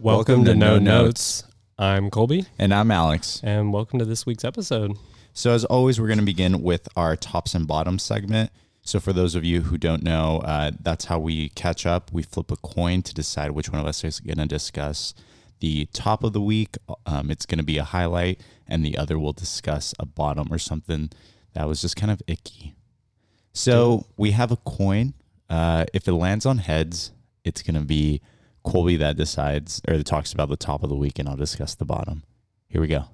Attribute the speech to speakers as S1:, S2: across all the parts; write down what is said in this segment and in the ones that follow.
S1: Welcome, to, No Notes. I'm Colby,
S2: And I'm Alex.
S1: and welcome to this week's episode.
S2: So, as always, we're going to begin with our tops and bottoms segment. So, for those of you who don't know, uh, that's how we catch up. We flip a coin to decide which one of us is going to discuss the top of the week. Um, it's going to be a highlight, and the other will discuss a bottom or something that was just kind of icky. So, we have a coin. Uh, if it lands on heads, it's going to be Colby that decides or that talks about the top of the week, and I'll discuss the bottom. Here we go.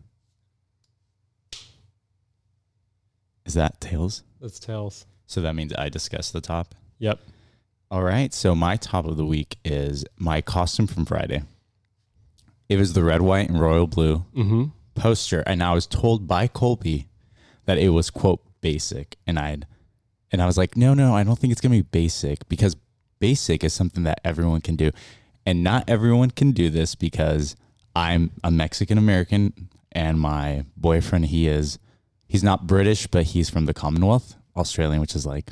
S2: Is that tails?
S1: That's Tails.
S2: So that means I discuss the top.
S1: Yep.
S2: All right. So my top of the week is my costume from Friday. It was the red, white, and royal blue
S1: Mm-hmm.
S2: poster, and I was told by Colby that it was quote basic, and I'd and I was like, no, no, I don't think it's gonna be basic because basic is something that everyone can do, and not everyone can do this because I'm a Mexican American, and my boyfriend he is he's not British, but he's from the Commonwealth, Australian, which is like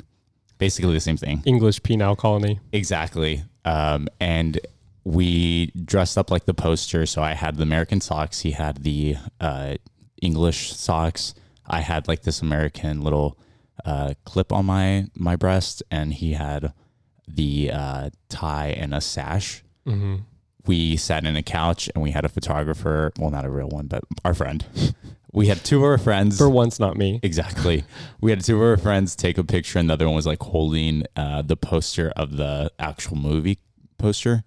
S2: basically the same thing.
S1: English penal colony.
S2: Exactly. Um, and we dressed up like the poster. So I had the American socks. He had the uh, English socks. I had like this American little uh, clip on my my breast, and he had the uh, tie and a sash.
S1: Mm-hmm.
S2: We sat in a couch, and we had a photographer. Well, not a real one, but our friend. we had two of our friends.
S1: For once, not me.
S2: Exactly. We had two of our friends take a picture, and the other one was like holding uh, the poster of the actual movie poster.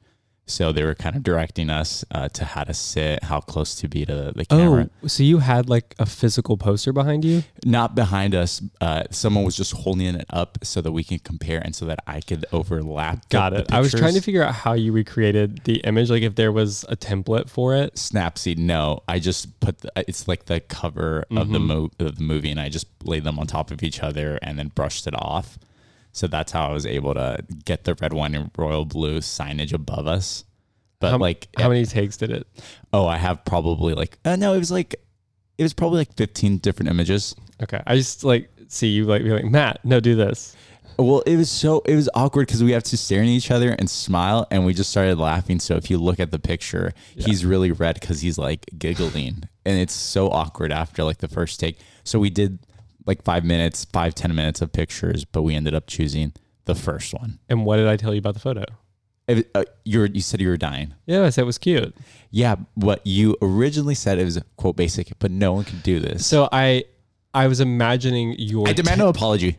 S2: So they were kind of directing us uh, to how to sit, how close to be to the camera.
S1: Oh, so you had like a physical poster behind you?
S2: Not behind us. Uh, someone was just holding it up so that we can compare and so that I could overlap. the-
S1: Got
S2: the
S1: it. I was
S2: pictures.
S1: trying to figure out how you recreated the image, like if there was a template for it.
S2: Snapseed. No, I just put the, it's like the cover of
S1: Mm-hmm.
S2: the mo- of the movie, and I just laid them on top of each other and then brushed it off. So that's how I was able to get the red wine and royal blue signage above us. But
S1: How-
S2: like,
S1: How many takes did it?
S2: oh, I have probably like uh, no, it was like it was probably like fifteen different images.
S1: Okay. I just like see you like be like, Matt, no, do this.
S2: Well, it was so it was awkward because we have to stare at each other and smile, and we just started laughing. So if you look at the picture, he's really red because he's like giggling, and it's so awkward after like the first take. So we did like five minutes, five ten minutes of pictures, but we ended up choosing the first one.
S1: And what did I tell you about the photo?
S2: It- uh, you were, you said you were dying.
S1: Yeah, I said it was cute.
S2: Yeah, what you originally said it was quote basic, but no one could do this.
S1: So I I was imagining your
S2: I demand no apology.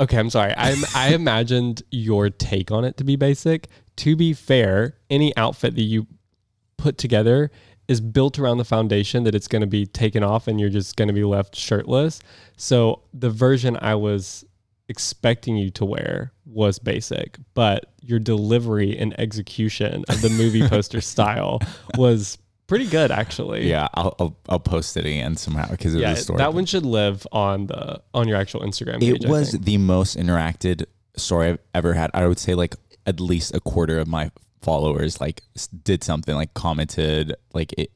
S1: Okay, I'm sorry. I I imagined your take on it to be basic. To be fair, any outfit that you put together is built around the foundation that it's going to be taken off and you're just going to be left shirtless. So the version I was expecting you to wear was basic, but your delivery and execution of the movie poster style was pretty good actually.
S2: Yeah, I'll I'll, I'll post it again somehow because it
S1: Yeah,
S2: was a story.
S1: that one should live on the on your actual Instagram page.
S2: It
S1: I
S2: was
S1: think.
S2: the most interacted story I've ever had. I would say like at least a quarter of my followers like s- did something like commented like it.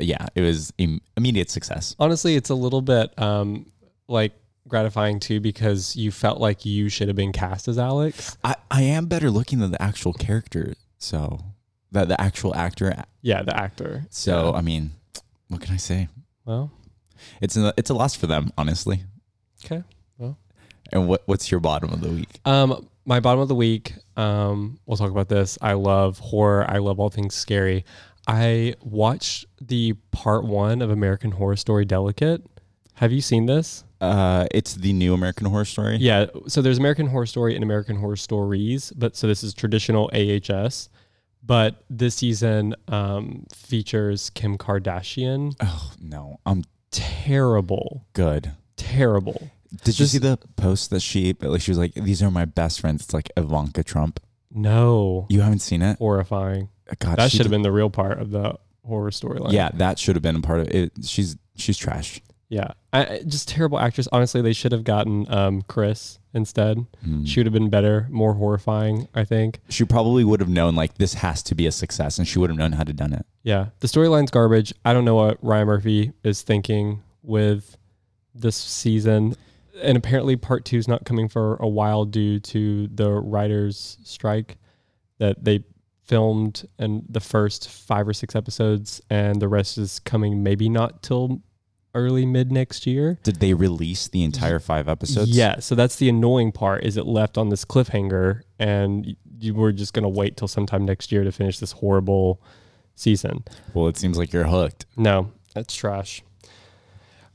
S2: Yeah, it was Im- immediate success.
S1: honestly it's a little bit um like gratifying too because you felt like you should have been cast as alex
S2: I, I am better looking than the actual character, so that the actual actor.
S1: yeah the actor
S2: So
S1: Yeah.
S2: I mean, what can I say?
S1: well
S2: It's a, it's a loss for them, honestly.
S1: okay
S2: And what what's your bottom of the week?
S1: um my bottom of the week um we'll talk about this i love horror i love all things scary i watched the part one of american horror story delicate have you seen this
S2: Uh, it's the new American Horror Story.
S1: Yeah. So there's American Horror Story and American Horror Stories, but so this is traditional AHS. But this season um, features Kim Kardashian.
S2: Oh no, I'm
S1: Terrible,
S2: good.
S1: terrible.
S2: Did you
S1: Just-
S2: see the post that she like she was like, These are my best friends. It's like Ivanka Trump.
S1: No,
S2: You haven't seen it?
S1: horrifying.
S2: God,
S1: That
S2: she
S1: should have
S2: did-
S1: been the real part of the horror storyline.
S2: Yeah, that should have been a part of it. She's she's trash.
S1: yeah. I, I- just terrible actress. Honestly, they should have gotten um, Chris instead.
S2: Mm.
S1: She would have been better, more horrifying. I think.
S2: She probably would have known like this has to be a success and she would have known how to done it.
S1: Yeah, the storyline's garbage. I don't know what Ryan Murphy is thinking with this season. And apparently, part two is not coming for a while due to the writers' strike that they filmed and the first five or six episodes, and the rest is coming maybe not till early mid next year.
S2: Did they release the entire five episodes?
S1: Yeah, so that's the annoying part is it left on this cliffhanger and y- you were just going to wait till sometime next year to finish this horrible season.
S2: Well, it seems like you're hooked.
S1: No, that's trash.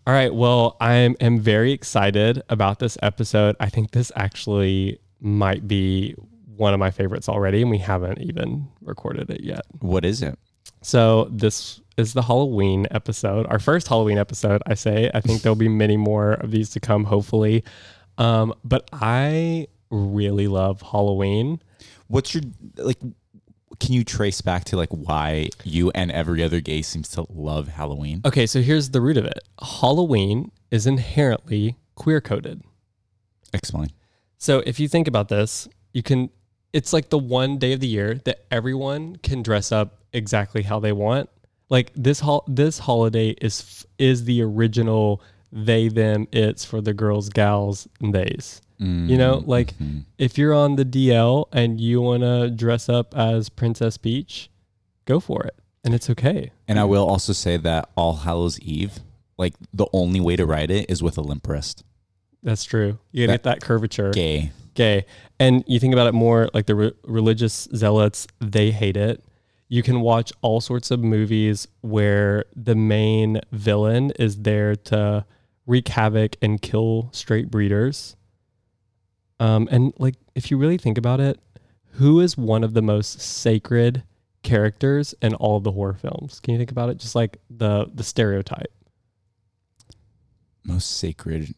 S1: All right, well, I am am very excited about this episode. I think this actually might be one of my favorites already and we haven't even recorded it yet.
S2: What is it?
S1: So this is the Halloween episode, our first Halloween episode. I say I think there'll be many more of these to come, hopefully. Um, but I really love Halloween.
S2: What's your like? Can you trace back to like why you and every other gay seems to love Halloween?
S1: Okay, so here's the root of it. Halloween is inherently queer coded.
S2: Explain.
S1: So if you think about this, you can it's like the one day of the year that everyone can dress up exactly how they want. Like this hol- this holiday is f- is the original they them it's for the girls, gals, and theys. You know,
S2: Mm,
S1: like
S2: mm-hmm.
S1: if you're on the DL and you want to dress up as Princess Peach, go for it. And it's okay.
S2: And I will also say that All Hallows Eve, like the only way to write it is with a limp wrist.
S1: That's true. You gotta get that curvature.
S2: Gay.
S1: gay. And you think about it more like the re- religious zealots, they hate it. You can watch all sorts of movies where the main villain is there to wreak havoc and kill straight breeders. Um, and like, if you really think about it, who is one of the most sacred characters in all of the horror films? Can you think about it? Just like the the stereotype.
S2: Most sacred.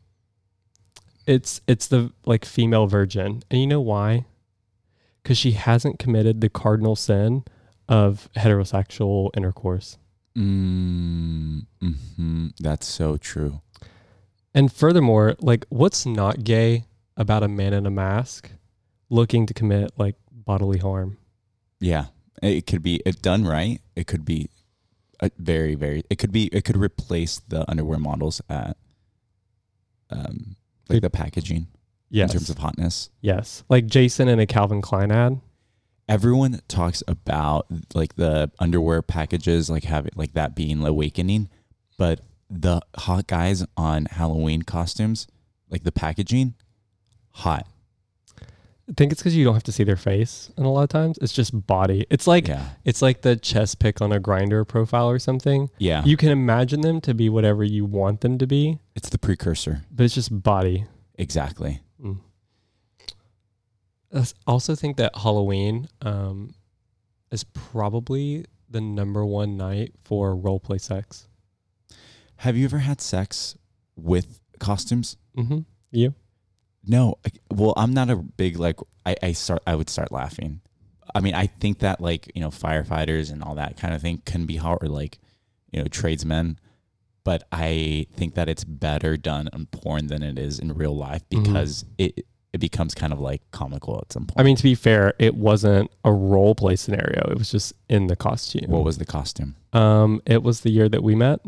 S1: It's it's the like female virgin, and you know why? Because she hasn't committed the cardinal sin of heterosexual intercourse.
S2: Mm, hmm That's so true.
S1: And furthermore, like what's not gay about a man in a mask looking to commit like bodily harm?
S2: Yeah. It could be it done right. It could be a very, very, it could be, it could replace the underwear models at, um, like the packaging
S1: Yes,
S2: in terms of hotness.
S1: yes, like Jason in a Calvin Klein ad.
S2: everyone talks about like the underwear packages like having like that being awakening but the hot guys on halloween costumes like the packaging hot
S1: I think it's because you don't have to see their face, and a lot of times it's just body. It's like
S2: yeah
S1: it's like the chest pick on a grinder profile or something.
S2: yeah
S1: You can imagine them to be whatever you want them to be,
S2: it's the precursor
S1: but it's just body.
S2: exactly
S1: I s- also think that Halloween um, is probably the number one night for role play sex.
S2: have you ever had sex with costumes
S1: Mm-hmm. You?
S2: no I- well i'm not a big like i, I start i would start laughing i mean i think that like you know firefighters and all that kind of thing can be hard or like you know tradesmen but i think that it's better done on porn than it is in real life
S1: Mhm.
S2: because it it becomes kind of like comical at some point
S1: I mean, to be fair, it wasn't a role play scenario. It was just in the costume.
S2: what was the costume
S1: um, it was the year that we met.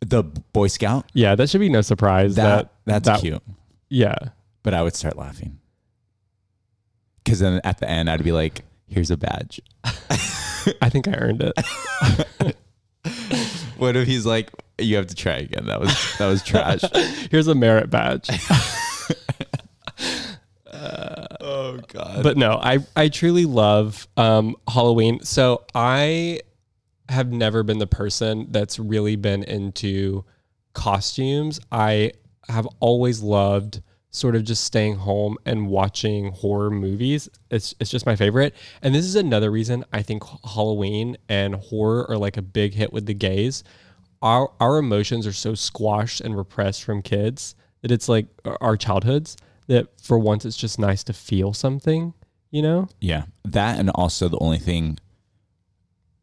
S2: the boy scout
S1: Yeah, that should be no surprise. That,
S2: that, that's
S1: that-
S2: cute
S1: yeah,
S2: but i would start laughing because then at the end i'd be like here's a badge
S1: I think I earned it.
S2: what if he's like you have to try again that was that was trash
S1: Here's a merit badge.
S2: Oh god.
S1: but no, I I truly love um, Halloween. So I have never been the person that's really been into costumes. I have always loved sort of just staying home and watching horror movies. It's it's just my favorite. And this is another reason I think Halloween and horror are like a big hit with the gays. Our our emotions are so squashed and repressed from kids that it's like our childhoods that for once it's just nice to feel something, you know?
S2: yeah. That and also the only thing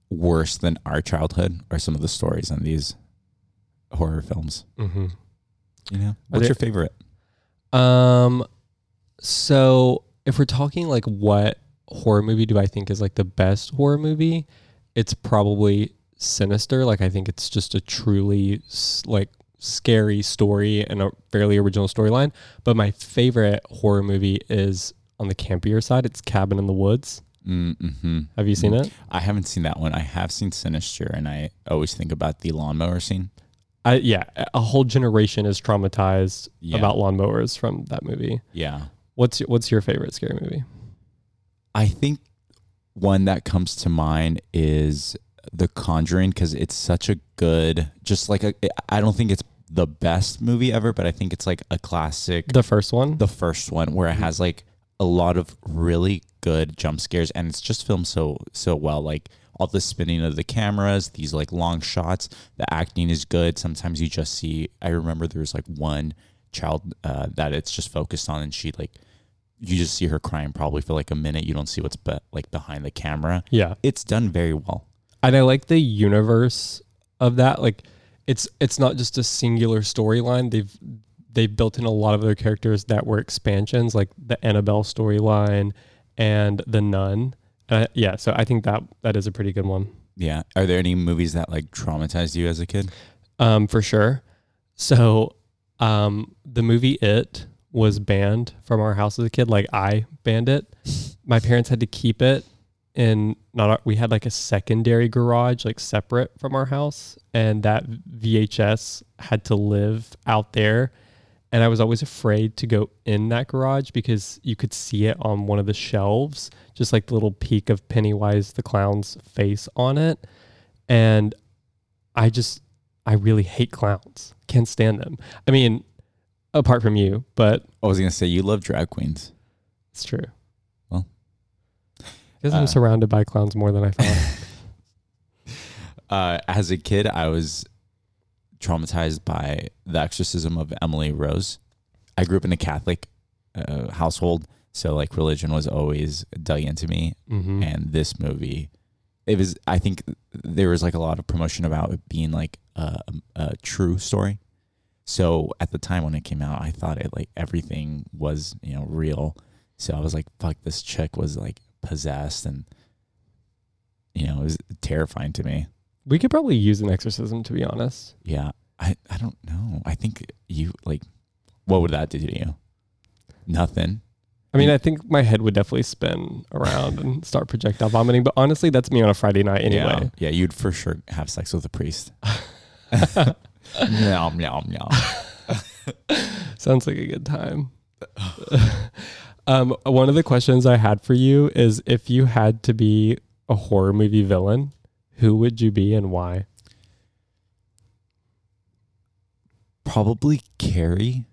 S2: worse than our childhood are some of the stories in these horror films.
S1: Mhm.
S2: You know? What's
S1: there-
S2: your favorite?
S1: Um, so if we're talking like what horror movie do I think is like the best horror movie, it's probably Sinister. Like I think it's just a truly s- like scary story and a fairly original storyline. But my favorite horror movie is on the campier side. It's Cabin in the Woods.
S2: Mm-hmm.
S1: Have you seen it?
S2: I haven't seen that one. I have seen Sinister, and I always think about the lawnmower scene.
S1: I, yeah, a whole generation is traumatized
S2: Yeah.
S1: about lawnmowers from that movie.
S2: Yeah.
S1: What's your, what's your favorite scary movie?
S2: I think one that comes to mind is The Conjuring because it's such a good, just like a, I don't think it's the best movie ever, but I think it's like a classic,
S1: The first one.
S2: the first one where it has like a lot of really good jump scares and it's just filmed so, so well. Like all the spinning of the cameras, these like long shots, the acting is good. Sometimes you just see, I remember there was like one child uh, that it's just focused on and she like, you just see her crying probably for like a minute. You don't see what's be- like behind the camera.
S1: yeah,
S2: It's done very well.
S1: and I like the universe of that. Like, it's it's not just a singular storyline. They've they've built in a lot of their characters that were expansions, like the Annabelle storyline and the Nun. Uh, yeah, so I think that that is a pretty good one.
S2: Yeah. Are there any movies that like traumatized you as a kid?
S1: um, for sure. So, um, the movie It was banned from our house as a kid. Like I banned it. My parents had to keep it in not. Our, we had like a secondary garage, like separate from our house, and that VHS had to live out there. And I was always afraid to go in that garage because you could see it on one of the shelves, just like the little peak of Pennywise the clown's face on it. And I just I really hate clowns. Can't stand them. I mean, apart from you, but
S2: I was going to say you love drag queens.
S1: it's true.
S2: Well.
S1: because
S2: Uh,
S1: I'm surrounded by clowns more than I thought.
S2: uh, as a kid, I was traumatized by the exorcism of Emily Rose. I grew up in a Catholic uh, household, so like religion was always dug into me.
S1: hmm
S2: And this movie, it was. I think there was like a lot of promotion about it being like a, a true story. So at the time when it came out, I thought it like everything was you know real. So I was like, "Fuck, this chick was like possessed," and you know it was terrifying to me.
S1: We could probably use an exorcism, to be honest.
S2: Yeah. I, I don't know. I think you like what would that do to you? Nothing.
S1: I mean, I think my head would definitely spin around and start projectile vomiting. But honestly, that's me on a Friday night anyway.
S2: Yeah. Yeah, you'd for sure have sex with a priest. meow meow meow.
S1: Sounds like a good time. um, one of the questions I had for you is if you had to be a horror movie villain, who would you be and why?
S2: Probably Carrie.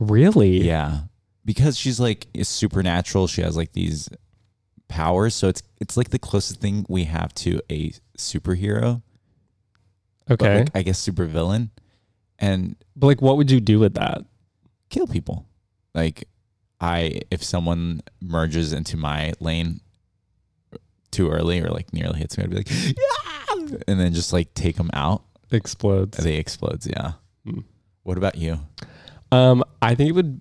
S1: Really?
S2: Yeah. Because she's like is supernatural. She has like these powers. So it's it's like the closest thing we have to a superhero. But
S1: Okay.
S2: like, I guess supervillain. And
S1: But like, what would you do with that?
S2: kill people. Like I if someone merges into my lane too early or like nearly hits me, I'd be like, yeah! and then just like take them out.
S1: Explodes.
S2: They explodes. Yeah.
S1: Hmm.
S2: What about you?
S1: Um, I think it would.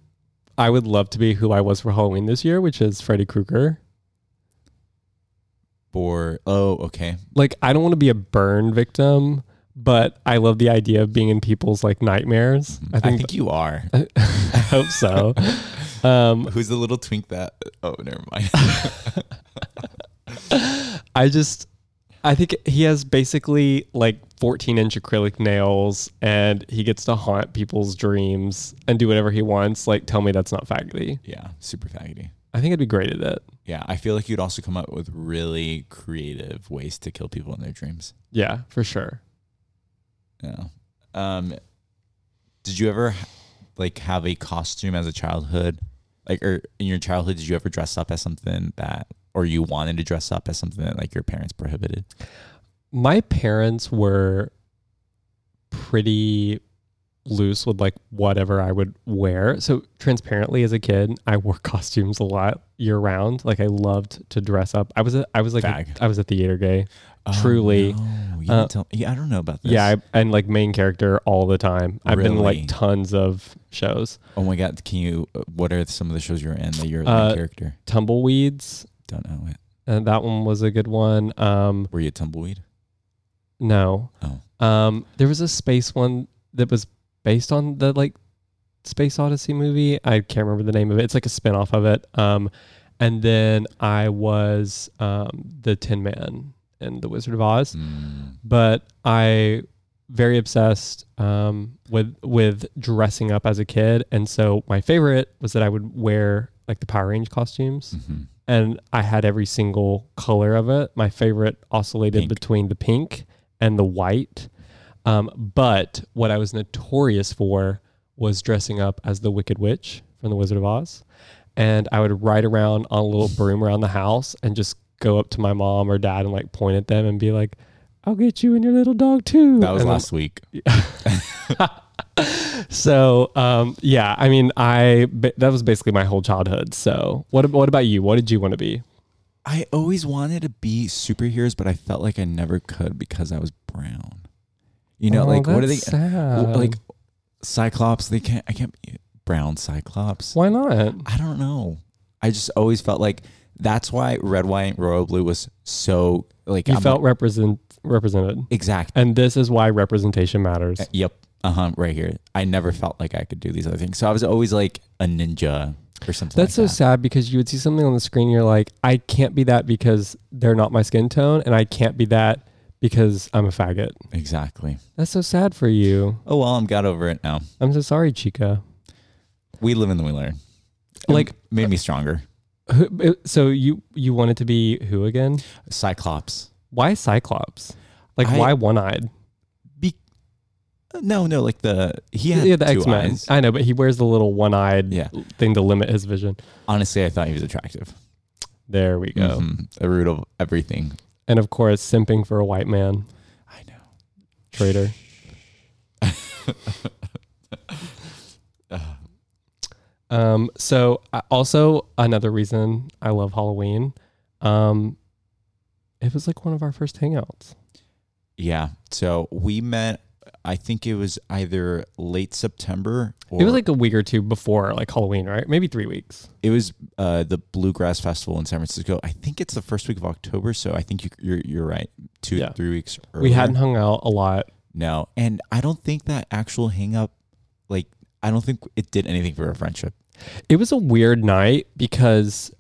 S1: I would love to be who I was for Halloween this year, which is Freddy Krueger.
S2: Or oh, okay.
S1: Like, I don't want to be a burn victim, but I love the idea of being in people's like nightmares. Mm-hmm. I
S2: I think,
S1: think.
S2: you are.
S1: I hope so. um,
S2: Who's the little twink that? Oh, never mind.
S1: I just. I think he has basically like 14 inch acrylic nails and he gets to haunt people's dreams and do whatever he wants. Like, tell me that's not faggoty.
S2: yeah, super faggoty.
S1: I think I'd be great at it.
S2: Yeah, I feel like you'd also come up with really creative ways to kill people in their dreams.
S1: Yeah, for sure.
S2: Yeah. Um, did you ever like have a costume as a childhood? Like, or in your childhood, did you ever dress up as something that, or you wanted to dress up as something that like your parents prohibited?
S1: my parents were pretty loose with like whatever I would wear. So transparently as a kid, I wore costumes a lot year round. Like I loved to dress up. I was a I was like a,
S2: Fag.
S1: I was a theater gay. Truly.
S2: no. You
S1: Uh,
S2: didn't tell, Oh, yeah, I don't know about this.
S1: Yeah, I, and like main character all the time. I've been in,
S2: Really?
S1: like tons of shows.
S2: oh my god, can you? What are some of the shows you're in that you're
S1: Uh,
S2: the character?
S1: Tumbleweeds,
S2: Don't know it.
S1: and that one was a good one. Um
S2: Were you a tumbleweed?
S1: No.
S2: Oh.
S1: Um, there was a space one that was based on the like Space Odyssey movie. I can't remember the name of it. It's like a spin off of it. Um, and then I was um, the Tin Man in The Wizard of Oz.
S2: Mm.
S1: But I very obsessed um, with with dressing up as a kid, and so my favorite was that I would wear like the Power Range costumes,
S2: Mm-hmm.
S1: and I had every single color of it. My favorite oscillated
S2: Pink.
S1: between the pink and the white. Um, but what I was notorious for was dressing up as the Wicked Witch from The Wizard of Oz. And I would ride around on a little broom around the house and just go up to my mom or dad and like point at them and be like, I'll get you and your little dog too.
S2: That was
S1: And then-
S2: last week.
S1: so, um, yeah, I mean, I ba- that was basically my whole childhood. So, what ab- what about you? What did you want to be?
S2: I always wanted to be superheroes, but I felt like I never could because I was brown. You know,
S1: Oh,
S2: like what are they
S1: that's sad.
S2: like Cyclops? They can't. I can't be brown Cyclops.
S1: why not?
S2: I don't know. I just always felt like that's why red, white, royal blue was so like
S1: You
S2: I'm
S1: felt represent represented,
S2: like, exact.
S1: and this is why representation matters.
S2: Yep. Uh huh. Right here. I never felt like I could do these other things, so I was always like a ninja or something.
S1: That's so
S2: like that.
S1: sad because you would see something on the screen, you're like, I can't be that because they're not my skin tone, and I can't be that because I'm a faggot.
S2: exactly.
S1: That's so sad for you.
S2: Oh well, I'm got over it now.
S1: I'm so sorry, Chica.
S2: We live and we learn. It
S1: Like-
S2: made me stronger.
S1: Who- So you you wanted to be who again?
S2: Cyclops.
S1: Why Cyclops? Like
S2: I-
S1: why one eyed?
S2: Be- uh, no, no, like the he
S1: Yeah,
S2: had
S1: the
S2: two
S1: X Men.
S2: eyes.
S1: I know, but he wears the little one eyed
S2: Yeah.
S1: thing to limit his vision.
S2: Honestly, I thought he was attractive.
S1: There we go.
S2: Mhm. The root of everything.
S1: And of course, simping for a white man,
S2: I know.
S1: traitor. Um, so I, also another reason I love Halloween. Um, it was like one of our first hangouts.
S2: Yeah. So we met. I think it was either late September or
S1: it was like a week or two before like Halloween, right? Maybe three weeks.
S2: it was uh, the Bluegrass Festival in San Francisco. I think it's the first week of October. So I think you, you're you're right. Two
S1: Yeah.
S2: three weeks. Earlier.
S1: We hadn't hung out a lot.
S2: no, and I don't think that actual hang up, like I don't think it did anything for our friendship.
S1: It was a weird night because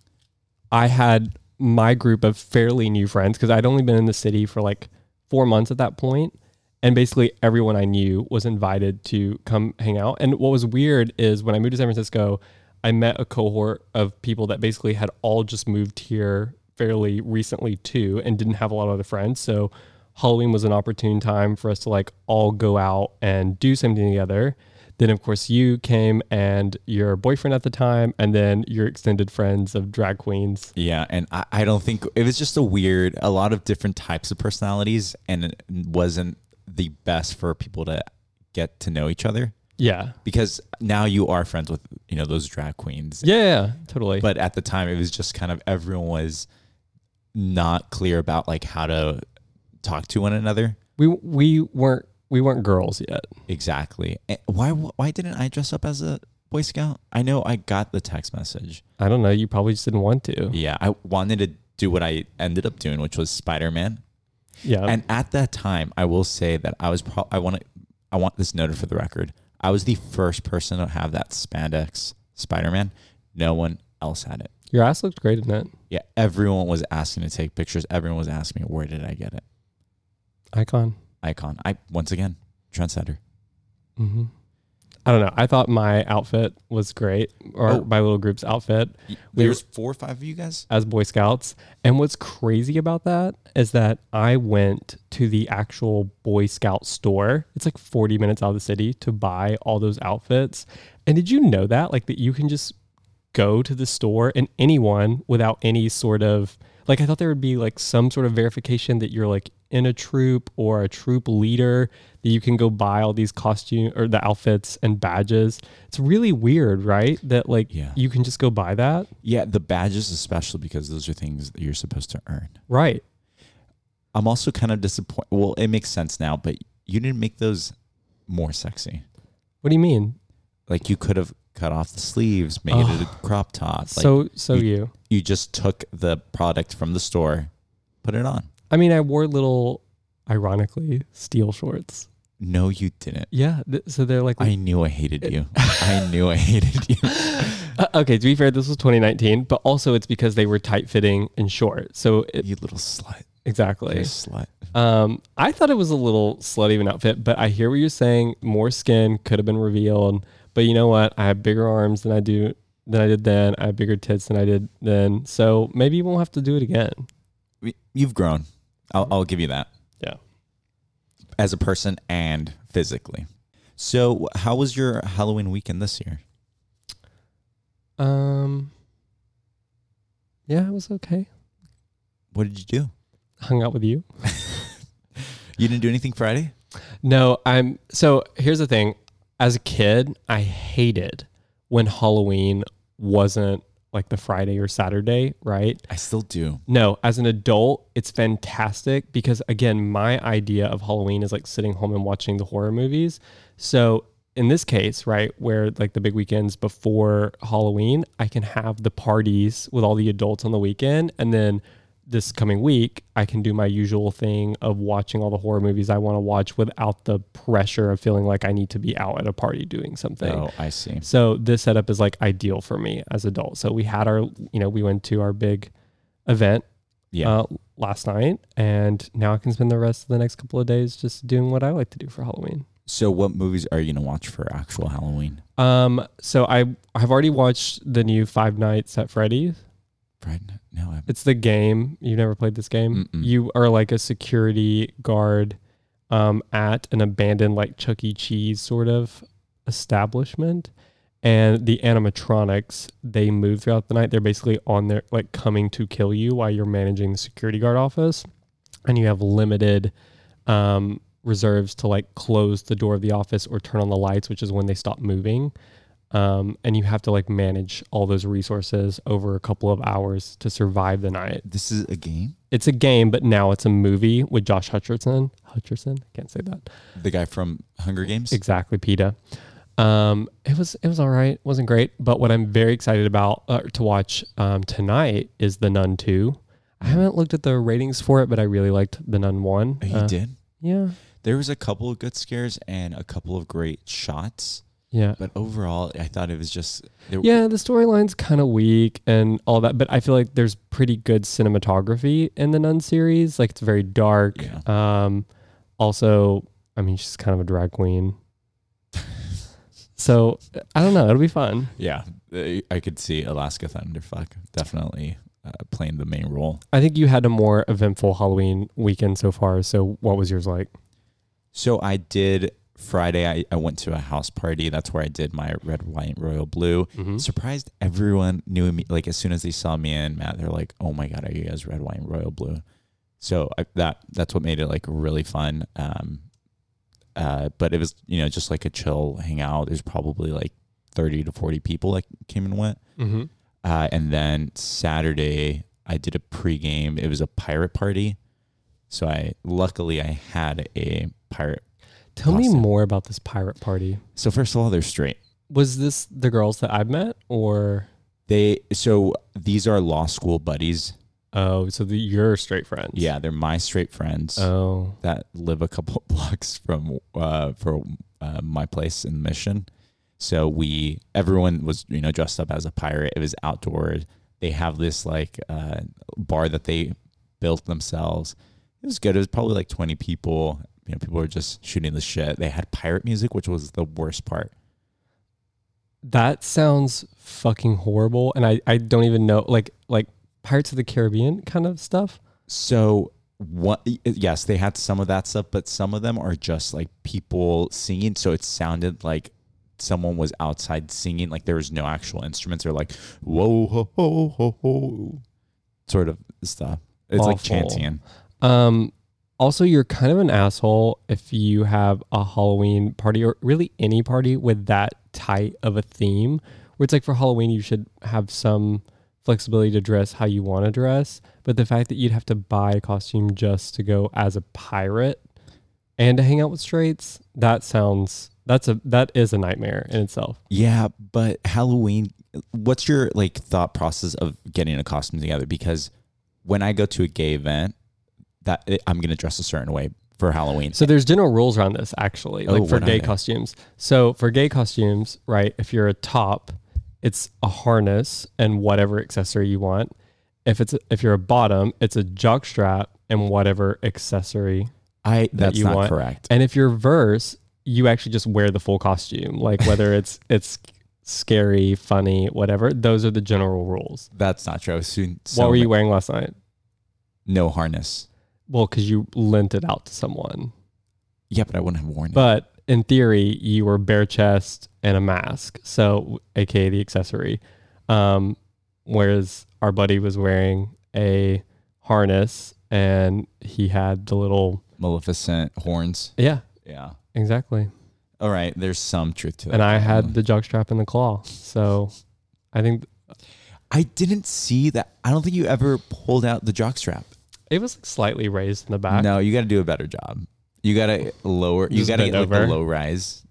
S1: I had my group of fairly new friends because I'd only been in the city for like four months at that point, And basically everyone I knew was invited to come hang out. And what was weird is when I moved to San Francisco, I met a cohort of people that basically had all just moved here fairly recently too and didn't have a lot of other friends. So Halloween was an opportune time for us to like all go out and do something together. Then of course you came and your boyfriend at the time and then your extended friends of drag queens.
S2: Yeah, and I, I don't think it was just a weird, a lot of different types of personalities, and it wasn't the best for people to get to know each other
S1: Yeah.
S2: because now you are friends with you know those drag queens,
S1: Yeah, yeah, totally.
S2: but at the time it was just kind of everyone was not clear about like how to talk to one another
S1: we we weren't we weren't girls yet.
S2: exactly. And why why didn't I dress up as a Boy Scout? I know I got the text message.
S1: I don't know, you probably just didn't want to.
S2: Yeah, I wanted to do what I ended up doing, which was Spider Man.
S1: Yeah.
S2: And at that time, I will say that I was pro- I want to I want this noted for the record. I was the first person to have that spandex Spider-Man. No one else had it.
S1: your ass looked great in it.
S2: Yeah, everyone was asking to take pictures. Everyone was asking me where did I get it?
S1: Icon.
S2: Icon. I once again trendsetter.
S1: hmm I don't know. I thought my outfit was great, or
S2: Oh.
S1: my little group's outfit We
S2: There's four or five of you guys.
S1: as Boy Scouts. And what's crazy about that is that I went to the actual Boy Scout store. It's like 40 minutes out of the city to buy all those outfits. And did you know that? Like that you can just go to the store and anyone without any sort of like I thought there would be like some sort of verification that you're like in a troop or a troop leader that you can go buy all these costume or the outfits and badges. It's really weird, right? That like
S2: Yeah.
S1: you can just go buy that.
S2: Yeah, the badges especially because those are things that you're supposed to earn.
S1: Right.
S2: I'm also kind of disappointed. Well, it makes sense now, but you didn't make those more sexy.
S1: What do you mean?
S2: Like you could have cut off the sleeves, made it a crop top. Like
S1: so so you,
S2: you- you just took the product from the store, put it on.
S1: I mean, I wore little, ironically, steel shorts.
S2: No, you didn't.
S1: Yeah. Th- so they're like,
S2: I knew I hated you. I knew I hated you.
S1: Uh, okay, to be fair, this was 2019, but also it's because they were tight fitting and short. So it,
S2: You little slut.
S1: exactly.
S2: You slut.
S1: Um, I thought it was a little slutty of an outfit, but I hear what you're saying. More skin could have been revealed, but you know what? I have bigger arms than I do than I did then. I have bigger tits than I did then. So maybe you won't have to do it again.
S2: We- You've grown. I'll, I'll give you that.
S1: Yeah.
S2: As a person and physically. So, how was your Halloween weekend this year?
S1: Um. Yeah, it was okay.
S2: What did you do?
S1: Hung out with you.
S2: You didn't do anything Friday?
S1: No, I'm so here's the thing. As a kid, I hated when Halloween wasn't like the Friday or Saturday, right?
S2: I still do.
S1: No, as an adult, it's fantastic because again, my idea of Halloween is like sitting home and watching the horror movies. So in this case, right, where like the big weekends before Halloween, I can have the parties with all the adults on the weekend and then this coming week, I can do my usual thing of watching all the horror movies I want to watch without the pressure of feeling like I need to be out at a party doing something.
S2: Oh, I see.
S1: So this setup is like ideal for me as adult. So we had our, you know, we went to our big event
S2: Yeah.
S1: uh, last night, and now I can spend the rest of the next couple of days just doing what I like to do for Halloween.
S2: so, what movies are you going to watch for actual Halloween?
S1: Um, so I I've already watched the new Five Nights at Freddy's.
S2: Friday? night? No, I haven't.
S1: It's the game. You've never played this game.
S2: Mm-mm.
S1: You are like a security guard um, at an abandoned like Chuck E. Cheese sort of establishment. And the animatronics, they move throughout the night. They're basically on their like coming to kill you while you're managing the security guard office. And you have limited um, reserves to like close the door of the office or turn on the lights, which is when they stop moving um, and you have to like manage all those resources over a couple of hours to survive the night.
S2: This is a game?
S1: It's a game, but now it's a movie with Josh Hutcherson. Hutcherson, can't say that
S2: The guy from Hunger Games?
S1: exactly, Peta. Um, it was it was all right, wasn't great, but what I'm very excited about uh, to watch um, tonight is The Nun Two. I haven't looked at the ratings for it, but I really liked The Nun One.
S2: Oh, you
S1: Uh,
S2: did?
S1: Yeah,
S2: There was a couple of good scares and a couple of great shots,
S1: yeah.
S2: but overall, I thought it was just there,
S1: Yeah, the storyline's kind of weak and all that, but I feel like there's pretty good cinematography in the Nun series. Like it's very dark.
S2: Yeah.
S1: Um, also, I mean, she's kind of a drag queen, so I don't know. It'll be fun.
S2: Yeah, I I could see Alaska Thunderfuck definitely uh, playing the main role.
S1: I think you had a more eventful Halloween weekend so far. So what was yours like?
S2: So I did Friday. I, I went to a house party. That's where I did my red, white, royal blue.
S1: Mm-hmm. Hmm?
S2: Surprised everyone knew me. Like as soon as they saw me and Matt, they're like, "Oh my god, are you guys red, white, and royal blue?" So I, that that's what made it like really fun. Um, uh, but it was you know just like a chill hangout. There's probably like thirty to forty people that came and went.
S1: Mm-hmm.
S2: Uh, and then Saturday, I did a pregame. It was a pirate party. So I luckily I had a pirate.
S1: Tell me
S2: Awesome.
S1: more about this pirate party.
S2: So first of all, they're straight.
S1: Was this the girls that I've met, or
S2: They so these are law school buddies.
S1: oh, so the, you're straight friends?
S2: Yeah, they're my straight friends
S1: Oh,
S2: that live a couple blocks from uh for uh, my place in Mission. So we everyone was you know dressed up as a pirate. It was outdoor. They have this like uh, bar that they built themselves. It was good. It was probably like twenty people. You know, people were just shooting the shit. They had pirate music, which was the worst part.
S1: That sounds fucking horrible, and I, I don't even know like like Pirates of the Caribbean kind of stuff.
S2: So what? Yes, they had some of that stuff, but some of them are just like people singing. So it sounded like someone was outside singing. Like there was no actual instruments. They're like whoa ho ho ho ho, sort of stuff. It's like
S1: Awful.
S2: chanting.
S1: Um, also, you're kind of an asshole if you have a Halloween party or really any party with that tight of a theme, where it's like for Halloween you should have some flexibility to dress how you want to dress, but the fact that you'd have to buy a costume just to go as a pirate and to hang out with straights, that sounds that's a that is a nightmare in itself.
S2: Yeah, but Halloween. What's your like thought process of getting a costume together? Because when I go to a gay event, that eh, I'm gonna dress a certain way for Halloween.
S1: So there's general rules around this actually,
S2: Oh,
S1: like for
S2: what are
S1: gay
S2: they?
S1: costumes. So for gay costumes, right, if you're a top, it's a harness and whatever accessory you want. If it's if you're a bottom, it's a jock strap and whatever accessory.
S2: I that's
S1: you
S2: not
S1: want.
S2: correct.
S1: And if you're verse, you actually just wear the full costume. Like whether it's it's scary, funny, whatever. Those are the general rules.
S2: That's not true. I was soon,
S1: what were you wearing last night?
S2: No harness.
S1: Well, because you lent it out to someone.
S2: Yeah, but I wouldn't have worn it.
S1: But in theory, you were bare chest and a mask, so aka the accessory. Um, whereas our buddy was wearing a harness and he had the little
S2: Maleficent horns.
S1: yeah,
S2: Yeah.
S1: exactly.
S2: All right. There's some truth to that.
S1: And I had the jock strap and the claw, so I think
S2: I didn't see that. I don't think you ever pulled out the jockstrap.
S1: it was like slightly raised in the back.
S2: No, you got to do a better job. You got to lower. You
S1: Just
S2: got to
S1: bend
S2: get like, the
S1: over.
S2: low rise.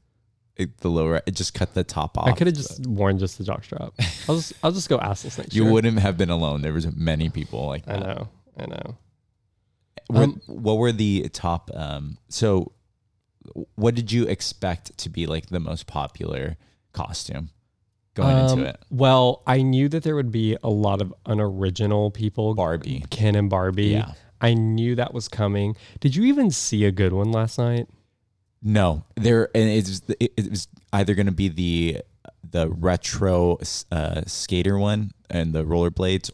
S2: Like, The low rise. Just cut the top off.
S1: I could have just worn just the jock strap. I'll just I'll just go assless next
S2: You
S1: year.
S2: wouldn't have been alone. There was many people like
S1: I
S2: that.
S1: know. I know.
S2: Were-
S1: Um,
S2: what were the top? Um, so, what did you expect to be like the most popular costume going
S1: Um,
S2: into it?
S1: Well, I knew that there would be a lot of unoriginal people.
S2: Barbie.
S1: Ken and Barbie.
S2: Yeah.
S1: I knew that was coming. Did you even see a good one last night?
S2: No, there and it's it, it was either going to be the the retro uh, skater one and the rollerblades,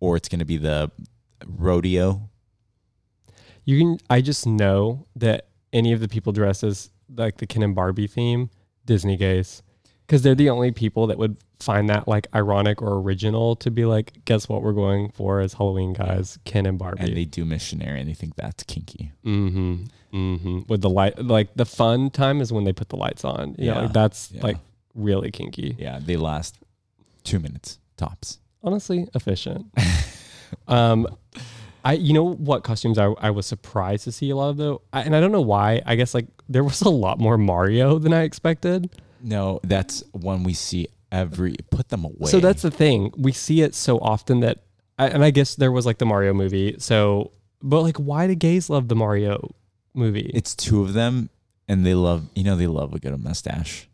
S2: or it's going to be the rodeo.
S1: You can I just know that any of the people dressed as like the Ken and Barbie theme, Disney gays. Because they're the only people that would find that like ironic or original to be like, guess what we're going for as Halloween guys, Ken and Barbie.
S2: And they do missionary, and they think that's kinky.
S1: Mm-hmm. Mm-hmm. With the light, like the fun time is when they put the lights on. Yeah,
S2: Yeah,
S1: like that's
S2: yeah.
S1: like really kinky.
S2: Yeah, they last two minutes tops.
S1: Honestly, efficient. um, I you know what costumes I, I was surprised to see a lot of though, I, and I don't know why. I guess like there was a lot more Mario than I expected.
S2: No, that's one we see every. Put them away.
S1: So that's the thing. We see it so often that, I, and I guess there was like the Mario movie. So, but like, why do gays love the Mario movie?
S2: it's two of them, and they love. You know, they love a good mustache.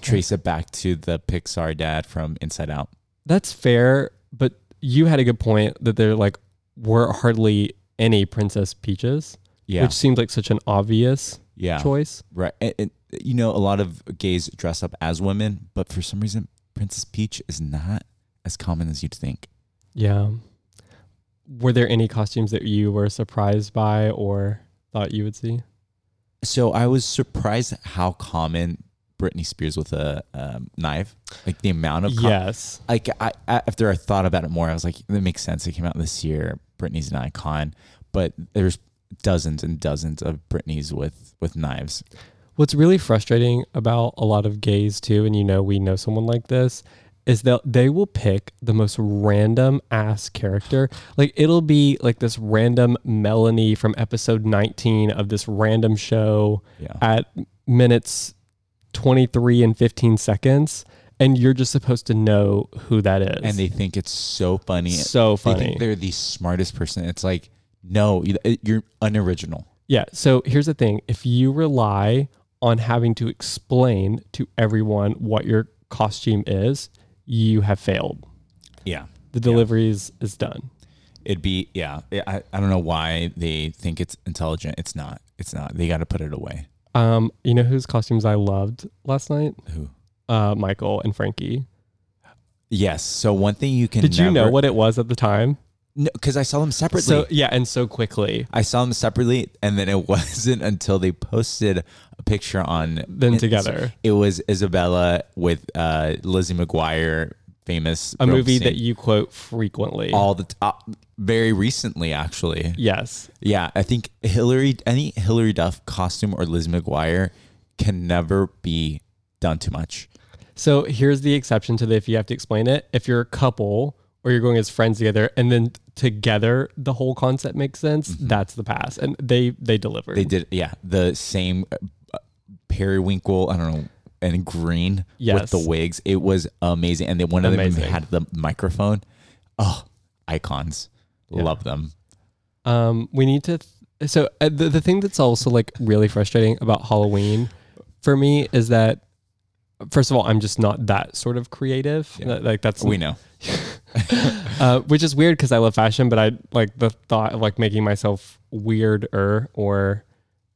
S2: Trace it back to the Pixar dad from Inside Out.
S1: That's fair, but you had a good point that there like were hardly any Princess Peaches,
S2: Yeah,
S1: which seemed like such an obvious
S2: yeah.
S1: choice.
S2: Right. And, and, you know, a lot of gays dress up as women, but for some reason, Princess Peach is not as common as you'd think.
S1: Yeah. Were there any costumes that you were surprised by or thought you would see?
S2: So I was surprised at how common Britney Spears with a um, knife, like the amount of. com-
S1: yes.
S2: Like I, I- after I thought about it more, I was like, that makes sense. It came out this year. Britney's an icon, but there's dozens and dozens of Britneys with with knives.
S1: What's really frustrating about a lot of gays too, and you know we know someone like this, is that they will pick the most random ass character. Like it'll be like this random Melanie from episode 19 of this random show
S2: Yeah.
S1: at minutes 23 and 15 seconds, and you're just supposed to know who that is.
S2: And they think it's so funny.
S1: so
S2: They
S1: funny.
S2: think they're the smartest person. It's like, no, you- you're unoriginal.
S1: Yeah. So here's the thing if you rely on having to explain to everyone what your costume is, you have failed.
S2: Yeah.
S1: The delivery is, is done.
S2: It'd be yeah. I, I don't know why they think it's intelligent. It's not. It's not. They got to put it away.
S1: Um, you know whose costumes I loved last night?
S2: Who?
S1: Uh, Michael and Frankie.
S2: Yes. So one thing you can.
S1: Did you know
S2: never-
S1: what it was at the time?
S2: No, because I saw them separately.
S1: So yeah, and so quickly
S2: I saw them separately, and then it wasn't until they posted a picture on
S1: them
S2: Insta-
S1: together.
S2: It was Isabella with uh, Lizzie McGuire, famous
S1: A movie that
S2: you
S1: you quote frequently.
S2: all the top very recently actually.
S1: yes.
S2: Yeah, I think Hillary, any Hillary Duff costume or Liz McGuire can never be done too much.
S1: So here's the exception to the if you have to explain it. If you're a couple or you're going as friends together and then together the whole concept makes sense, that's the pass. And they they delivered.
S2: Mm-hmm. They did, yeah, the same uh, periwinkle, I don't know, and green with
S1: Yes.
S2: the wigs. It was amazing. And then one of
S1: Amazing.
S2: them had the microphone. Oh, icons. Love them.
S1: um we need to th- so uh, the, the thing that's also like really frustrating about Halloween for me is that first of all, I'm just not that sort of creative.
S2: Yeah.
S1: Like that's
S2: We know.
S1: uh, which is weird because I love fashion, but I like the thought of like making myself weirder or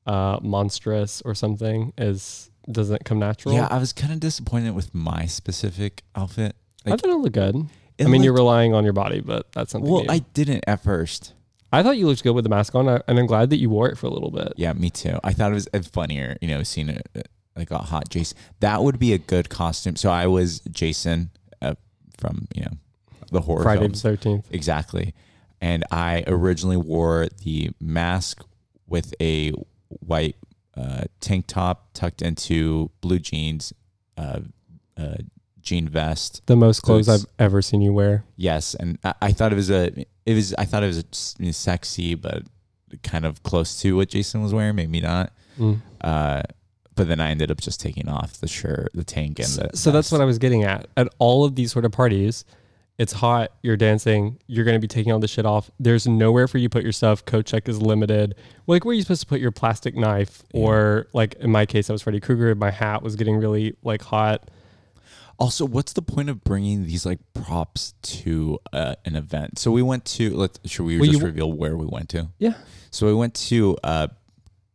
S1: uh, monstrous or something is doesn't come natural.
S2: Yeah, I was kind of disappointed with my specific outfit.
S1: I
S2: Like,
S1: thought it looked good. I
S2: it
S1: mean, you're
S2: looked-
S1: relying on your body, but that's something.
S2: well.
S1: new.
S2: I didn't at first.
S1: I thought you looked good with the mask on, I- and I'm glad that you wore it for a little bit.
S2: Yeah, me too. I thought it was uh, funnier, you know, seeing it uh, like a hot Jason. That would be a good costume. So I was Jason uh, from you know the horror
S1: Friday
S2: films.
S1: the 13th.
S2: Exactly. And I originally wore the mask with a white uh, tank top tucked into blue jeans, uh, uh, jean vest.
S1: The most clothes
S2: Boots.
S1: I've ever seen you wear.
S2: Yes, and I, I thought it was a it was I thought it was a s- sexy, but kind of close to what Jason was wearing. Maybe not.
S1: Mm.
S2: Uh, but then I ended up just taking off the shirt, the tank, and
S1: S-
S2: the.
S1: so that's what I was getting at. At all of these sort of parties, it's hot, you're dancing, you're going to be taking all this shit off. There's nowhere for you to put your stuff. Coat check is limited. Like, where are you supposed to put your plastic knife? Or, like, in my case, I was Freddy Krueger. My hat was getting really, like, hot.
S2: Also, what's the point of bringing these like props to uh, an event? So we went to. Let should we
S1: Well, you
S2: just
S1: w-
S2: reveal where we went to?
S1: Yeah.
S2: So we went to uh,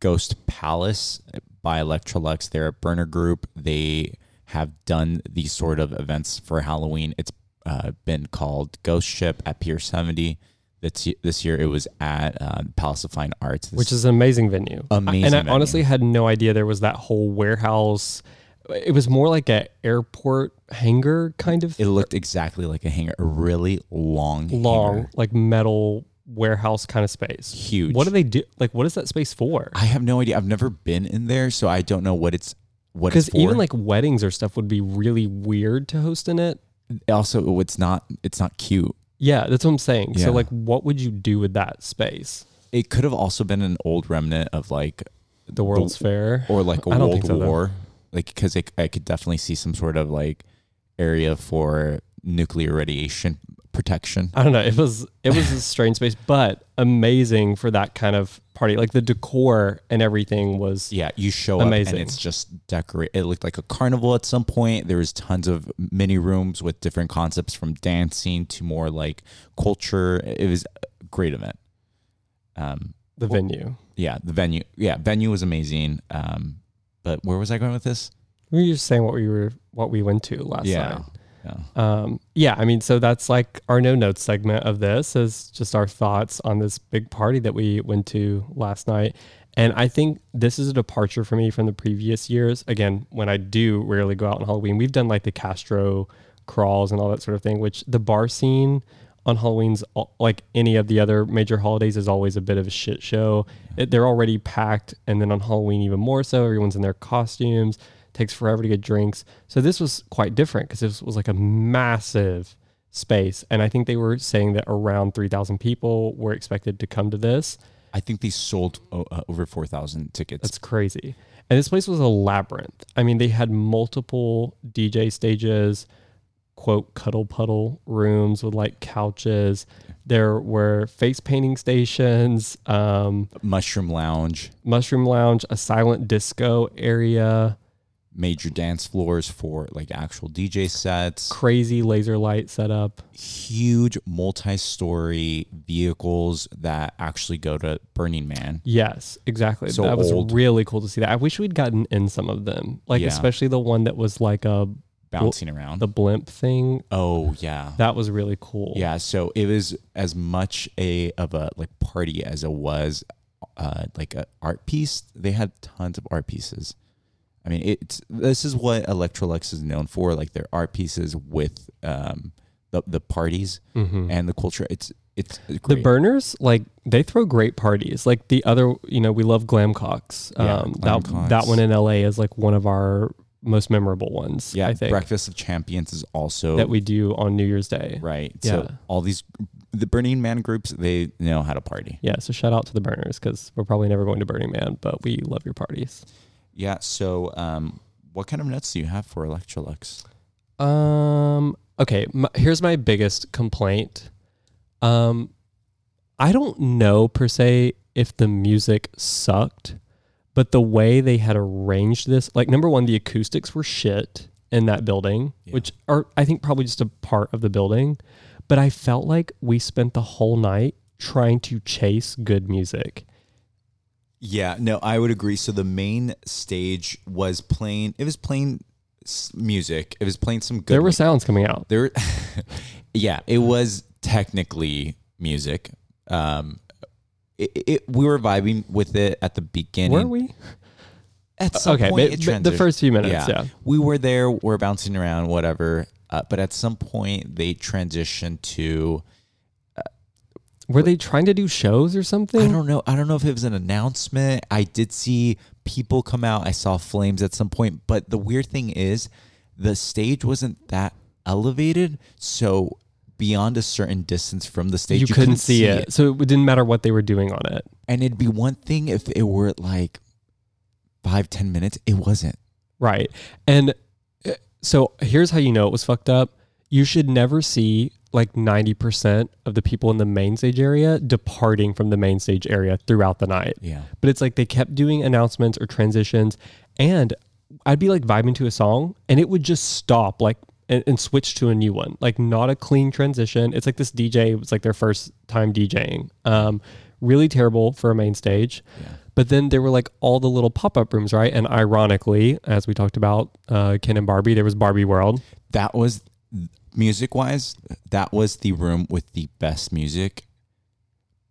S2: Ghost Palace by Electrolux. They're a burner group. They have done these sort of events for Halloween. It's uh, been called Ghost Ship at Pier 70. This, y- this year it was at um, Palace of Fine Arts. This
S1: Which is an amazing venue. I-
S2: amazing.
S1: and I
S2: venue.
S1: honestly had no idea there was that whole warehouse. It was more like a airport hangar kind of
S2: it looked exactly like a hangar, a really long,
S1: long,
S2: hangar.
S1: like metal warehouse kind of space.
S2: huge.
S1: What do they do? Like, what is that space for?
S2: I have no idea. I've never been in there, so I don't know what it's what it's
S1: Because
S2: for.
S1: even like weddings or stuff would be really weird to host in it.
S2: also, oh, it's not it's not cute.
S1: Yeah, that's what I'm saying.
S2: Yeah.
S1: So like, what would you do with that space?
S2: It could have also been an old remnant of like,
S1: The World's Fair.
S2: or like a
S1: I don't
S2: World
S1: think so, though.
S2: War, like because I could definitely see some sort of like area for nuclear radiation protection.
S1: I don't know. It was it was a strange space, but amazing for that kind of party. Like the decor and everything was.
S2: Yeah, you show up
S1: Amazing.
S2: and it's just decorate. It looked like a carnival at some point. There was tons of mini rooms with different concepts from dancing to more like culture. It was a great event. Um,
S1: The venue.
S2: yeah, the venue. Yeah, venue was amazing. Um, but where was I going with this?
S1: We were just saying what we were what we went to last
S2: yeah.
S1: night.
S2: yeah.
S1: Um, yeah, I mean, so that's like our no notes segment of this is just our thoughts on this big party that we went to last night. And I think this is a departure for me from the previous years. Again, when I do rarely go out on Halloween, we've done like the Castro crawls and all that sort of thing, which the bar scene on Halloween's al- like any of the other major holidays is always a bit of a shit show. It, they're already packed, and then on Halloween even more so. Everyone's in their costumes. Takes forever to get drinks. So this was quite different because this was like a massive space, and I think they were saying that around three thousand people were expected to come to this.
S2: I think they sold o- uh, over 4,000 tickets.
S1: That's crazy. And this place was a labyrinth. I mean, they had multiple DJ stages, quote, cuddle puddle rooms with like couches. There were face painting stations, um,
S2: Mushroom Lounge,
S1: mushroom lounge, a silent disco area,
S2: major dance floors for like actual DJ sets,
S1: crazy laser light setup.
S2: huge multi story vehicles that actually go to Burning Man.
S1: Yes, exactly.
S2: So
S1: that was
S2: old.
S1: really cool to see that. I wish we'd gotten in some of them, like
S2: Yeah.
S1: especially the one that was like a
S2: Bouncing around.
S1: the blimp thing.
S2: oh, yeah.
S1: That was really cool.
S2: Yeah, so it was as much a of a like party as it was uh, like a art piece. They had tons of art pieces. I mean, it's this is what Electrolux is known for, like their art pieces with um, the the parties
S1: Mhm.
S2: and the culture. It's it's
S1: the
S2: great.
S1: burners like they throw great parties like the other you know we love glamcocks
S2: Yeah,
S1: um that
S2: Glamcox.
S1: that one in la is like one of our most memorable ones
S2: yeah.
S1: i think
S2: Breakfast of Champions is also
S1: that we do on new year's day
S2: right.
S1: Yeah.
S2: So all these the Burning Man groups they know how to party.
S1: yeah so shout out to the burners because we're probably never going to burning man but we love your parties
S2: Yeah. So um, what kind of notes do you have for Electrolux?
S1: um okay my, here's my biggest complaint um i don't know per se if the music sucked but the way they had arranged this like number one the acoustics were shit in that building,
S2: Yeah.
S1: which are I think probably just a part of the building. But I felt like we spent the whole night trying to chase good music.
S2: Yeah, no, I would agree. So the main stage was playing. It was playing s- music. It was playing some good.
S1: there were sounds coming out.
S2: there. yeah, it was technically music. Um, it, it we were vibing with it at the beginning.
S1: Were we?
S2: At some
S1: okay, but-
S2: point, it
S1: but the
S2: transi-
S1: first few minutes, yeah.
S2: we were there. We're bouncing around, whatever. Uh, but at some point, they transitioned to.
S1: Were they trying to do shows or something?
S2: I don't know. I don't know if it was an announcement. I did see people come out. I saw flames at some point, but the weird thing is the stage wasn't that elevated, so beyond a certain distance from the stage
S1: you, couldn't, see, it. so it didn't matter what they were doing on it.
S2: And it'd be one thing if it were like five, ten minutes. It wasn't.
S1: Right. And uh, so here's how you know it was fucked up. You should never see like 90% of the people in the main stage area departing from the main stage area throughout the night.
S2: Yeah.
S1: But it's like they kept doing announcements or transitions. And I'd be like vibing to a song and it would just stop like and, and switch to a new one. Like not a clean transition. It's like this DJ, it was like their first time DJing. Um, really terrible for a main stage. But then there were like all the little pop up rooms, right? And ironically, as we talked about uh, Ken and Barbie, there was Barbie World.
S2: That was music wise, that was the room with the best music,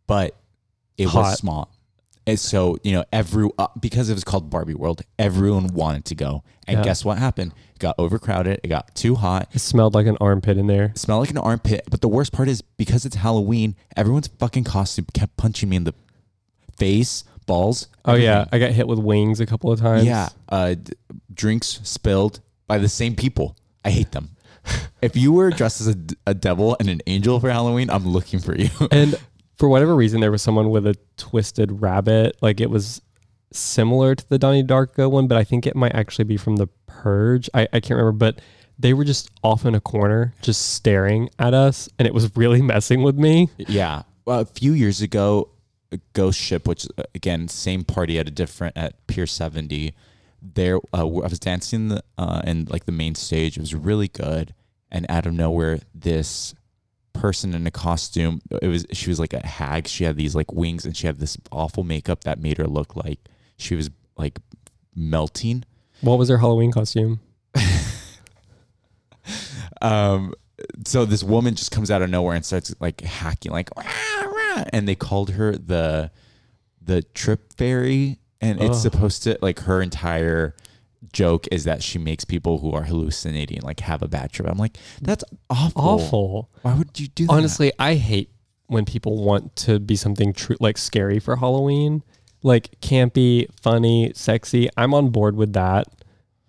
S2: but it
S1: Hot.
S2: was small. And so, you know, every uh, because it was called Barbie World, everyone wanted to go. And
S1: Yeah.
S2: guess what happened? It got overcrowded, it got too hot.
S1: It smelled like an armpit in there.
S2: It smelled like an armpit, but the worst part is because it's Halloween, everyone's fucking costume kept punching me in the face, balls.
S1: Oh, yeah. I got hit with wings a couple of times.
S2: Yeah. Uh, d- drinks spilled by the same people. I hate them. if you were dressed as a, d- a devil and an angel for Halloween, I'm looking for you.
S1: And for whatever reason, there was someone with a twisted rabbit. Like it was similar to the Donnie Darko one, but I think it might actually be from The Purge. I, I can't remember, but they were just off in a corner, just staring at us. And it was really messing with me.
S2: yeah. Well, a few years ago, a Ghost Ship, which uh, again, same party at a different at Pier 70. There, uh, I was dancing in the, uh, in like the main stage. It was really good, and out of nowhere, this person in a costume. It was she was like a hag. She had these like wings, and she had this awful makeup that made her look like she was like melting.
S1: What was her Halloween costume?
S2: um, so this woman just comes out of nowhere and starts like hacking, like, "Rah, rah," and they called her the the trip fairy, and it's
S1: Ugh.
S2: supposed to like her entire joke is that she makes people who are hallucinating like have a bad trip. I'm like, that's awful.
S1: Awful.
S2: Why would you do that?
S1: Honestly, I hate when people want to be something true, like scary for Halloween, like campy, funny, sexy. I'm on board with that,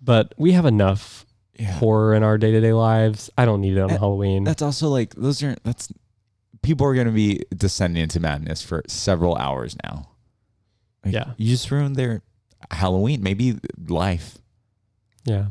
S1: but we have enough
S2: Yeah.
S1: horror in our day to day lives. I don't need it on
S2: Eh,
S1: Halloween.
S2: That's also like those are that's people are going to be descending into madness for several hours now. Like,
S1: Yeah.
S2: you just ruined their Halloween, maybe life.
S1: yeah.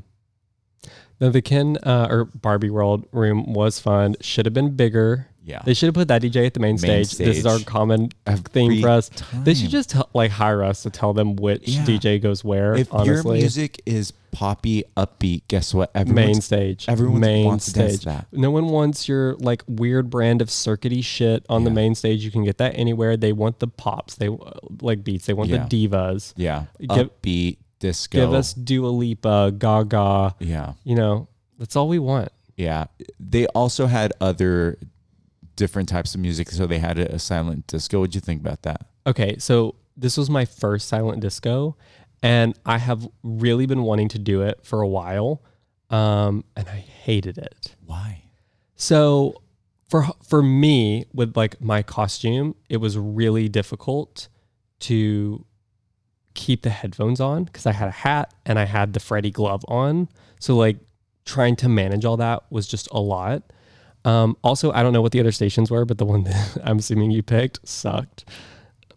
S1: No, the Ken uh, or Barbie World room was fun. Should have been bigger.
S2: Yeah,
S1: They should have put that DJ at the main,
S2: Main
S1: stage. This is our
S2: stage.
S1: common
S2: Every
S1: theme for us. They
S2: time.
S1: should just tell like hire us to tell them which
S2: Yeah.
S1: DJ goes where.
S2: if
S1: honestly,
S2: your music is poppy, upbeat, guess what?
S1: main
S2: Everyone's
S1: stage.
S2: everyone
S1: main
S2: wants to
S1: stage.
S2: dance to that.
S1: No one wants your like weird brand of circuity shit on the
S2: Yeah.
S1: main stage. You can get that anywhere. They want the pops. They uh, like beats. They want
S2: Yeah.
S1: the divas.
S2: yeah,
S1: Give-
S2: upbeat disco.
S1: Give us Dua Lipa, Gaga.
S2: yeah,
S1: You know, that's all we want.
S2: yeah. They also had other different types of music, so they had a, a silent disco. What'd you think about that?
S1: Okay, so this was my first silent disco, and I have really been wanting to do it for a while, um, and I hated it.
S2: Why?
S1: So for for me with like my costume, it was really difficult to keep the headphones on cuz I had a hat and I had the Freddy glove on. So like trying to manage all that was just a lot. Um, also, I don't know what the other stations were, but the one that I'm assuming you picked sucked.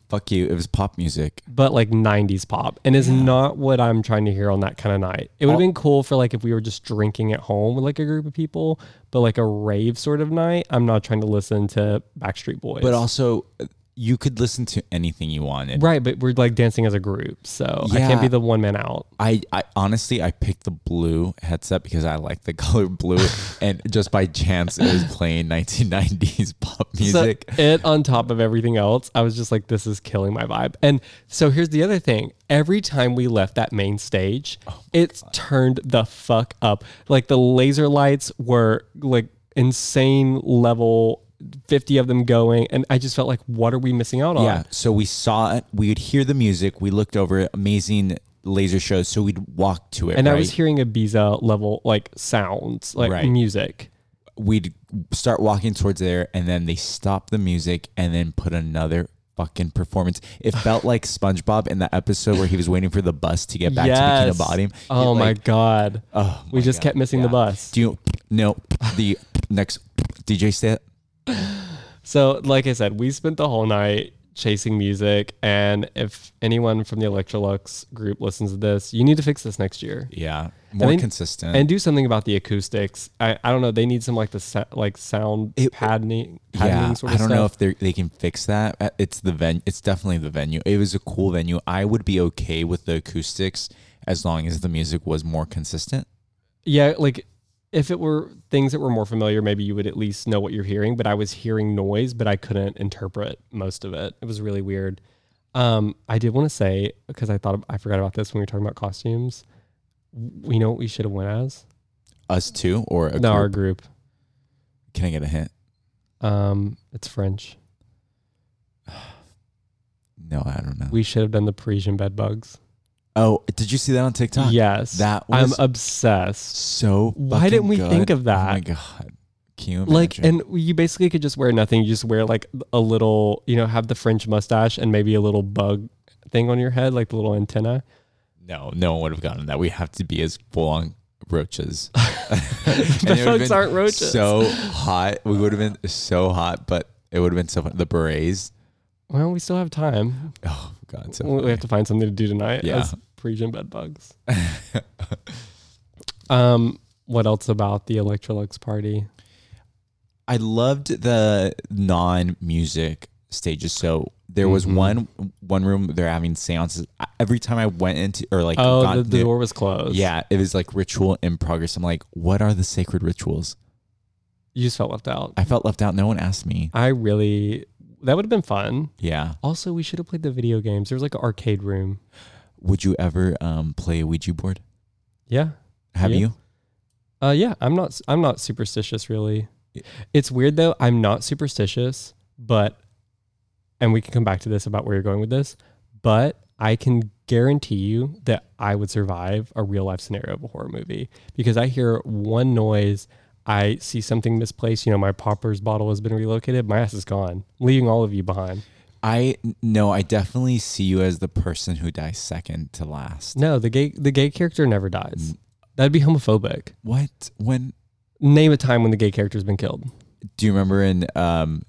S2: Fuck you. It was pop music.
S1: But like 90s pop, and is not what I'm trying to hear on that kind of night. It would have been cool for like if we were just drinking at home with like a group of people, but like a rave sort of night. I'm not trying to listen to Backstreet Boys.
S2: But also, you could listen to anything you wanted.
S1: Right, but we're like dancing as a group, so I can't
S2: Yeah.
S1: be the one man out.
S2: I, I honestly I picked the blue headset because I like the color blue, and just by chance it was playing 1990s pop music.
S1: So it on top of everything else, I was just like, this is killing my vibe. And so here's the other thing. Every time we left that main stage,
S2: Oh
S1: it's turned the fuck up. Like the laser lights were like insane level 50 of them going. And I just felt like, what are we missing out on?
S2: Yeah. So we saw it. We would hear the music. We looked over it, amazing laser shows. So we'd walk to it.
S1: And
S2: right?
S1: I was hearing Ibiza level like sounds, like
S2: Right.
S1: music.
S2: We'd start walking towards there, and then they stopped the music, and then put another fucking performance. It felt like SpongeBob in that episode where he was waiting for the bus to get back to
S1: Yes.
S2: Bikini Bottom.
S1: Oh my god.
S2: Oh,
S1: we
S2: my
S1: just
S2: God.
S1: kept missing the
S2: Yeah.
S1: bus.
S2: Do you know the next DJ set?
S1: So, like I said, we spent the whole night chasing music. And if anyone from the Electrolux group listens to this, you need to fix this next year
S2: Yeah, more
S1: think-
S2: consistent.
S1: and do something about the acoustics. I, I don't know. They need some like the sa- like sound
S2: It-
S1: patterning, patterning
S2: yeah,
S1: sort of
S2: I don't know
S1: stuff.
S2: if they they can fix that. Uh, It's the venue. It's definitely the venue. It was a cool venue. I would be okay with the acoustics as long as the music was more consistent.
S1: yeah, like if it were things that were more familiar, maybe you would at least know what you're hearing. But I was hearing noise, but I couldn't interpret most of it. It was really weird. Um, I did want to say because I thought of, I forgot about this when we were talking about costumes. W- You know what we should have went as?
S2: Us too, or a
S1: no, our
S2: group?
S1: group.
S2: Can I get a hint?
S1: Um, it's French.
S2: No, I don't know.
S1: We should have done the Parisian bed bugs.
S2: oh, did you see that on TikTok?
S1: yes,
S2: that
S1: I'm
S2: was-
S1: obsessed.
S2: So
S1: Why
S2: fucking
S1: didn't we
S2: good.
S1: think of that?
S2: Oh my god, can you imagine?
S1: Like, and you basically could just wear nothing. You just wear like a little, you know, have the French mustache and maybe a little bug thing on your head, like the little antenna.
S2: no, no one would have gotten that. We have to be as full on roaches.
S1: The bugs aren't roaches.
S2: So hot. We would have been so hot, but it would have been so fun. The berets.
S1: Well, we still have time.
S2: Oh god, so
S1: We we have to find something to do tonight.
S2: Yeah.
S1: as Parisian bed bugs. um, what else about the Electrolux party?
S2: I loved the non-music stages. So there was
S1: Mhm.
S2: one one room they're having seances. I- Every time I went into or like
S1: Oh,
S2: got
S1: the, the
S2: there-
S1: door was closed.
S2: yeah, it was like ritual in progress. I'm like, what are the sacred rituals?
S1: you just felt left out.
S2: I felt left out. No one asked me.
S1: I really that would have been fun.
S2: Yeah.
S1: Also, we should have played the video games. There was like an arcade room.
S2: Would you ever um, play a Ouija board?
S1: Yeah.
S2: Have
S1: Yeah.
S2: you?
S1: Uh, yeah. I'm not. I'm not superstitious, really.
S2: Yeah.
S1: It's weird though. I'm not superstitious, but, and we can come back to this about where you're going with this, but I can guarantee you that I would survive a real life scenario of a horror movie because I hear one noise. I see something misplaced. You know, my popper's bottle has been relocated. My ass is gone, leaving all of you behind.
S2: I no, I definitely see you as the person who dies second to last.
S1: No, the gay the gay character never dies. That'd be homophobic.
S2: What? When
S1: Name a time when the gay character's been killed.
S2: do you remember in um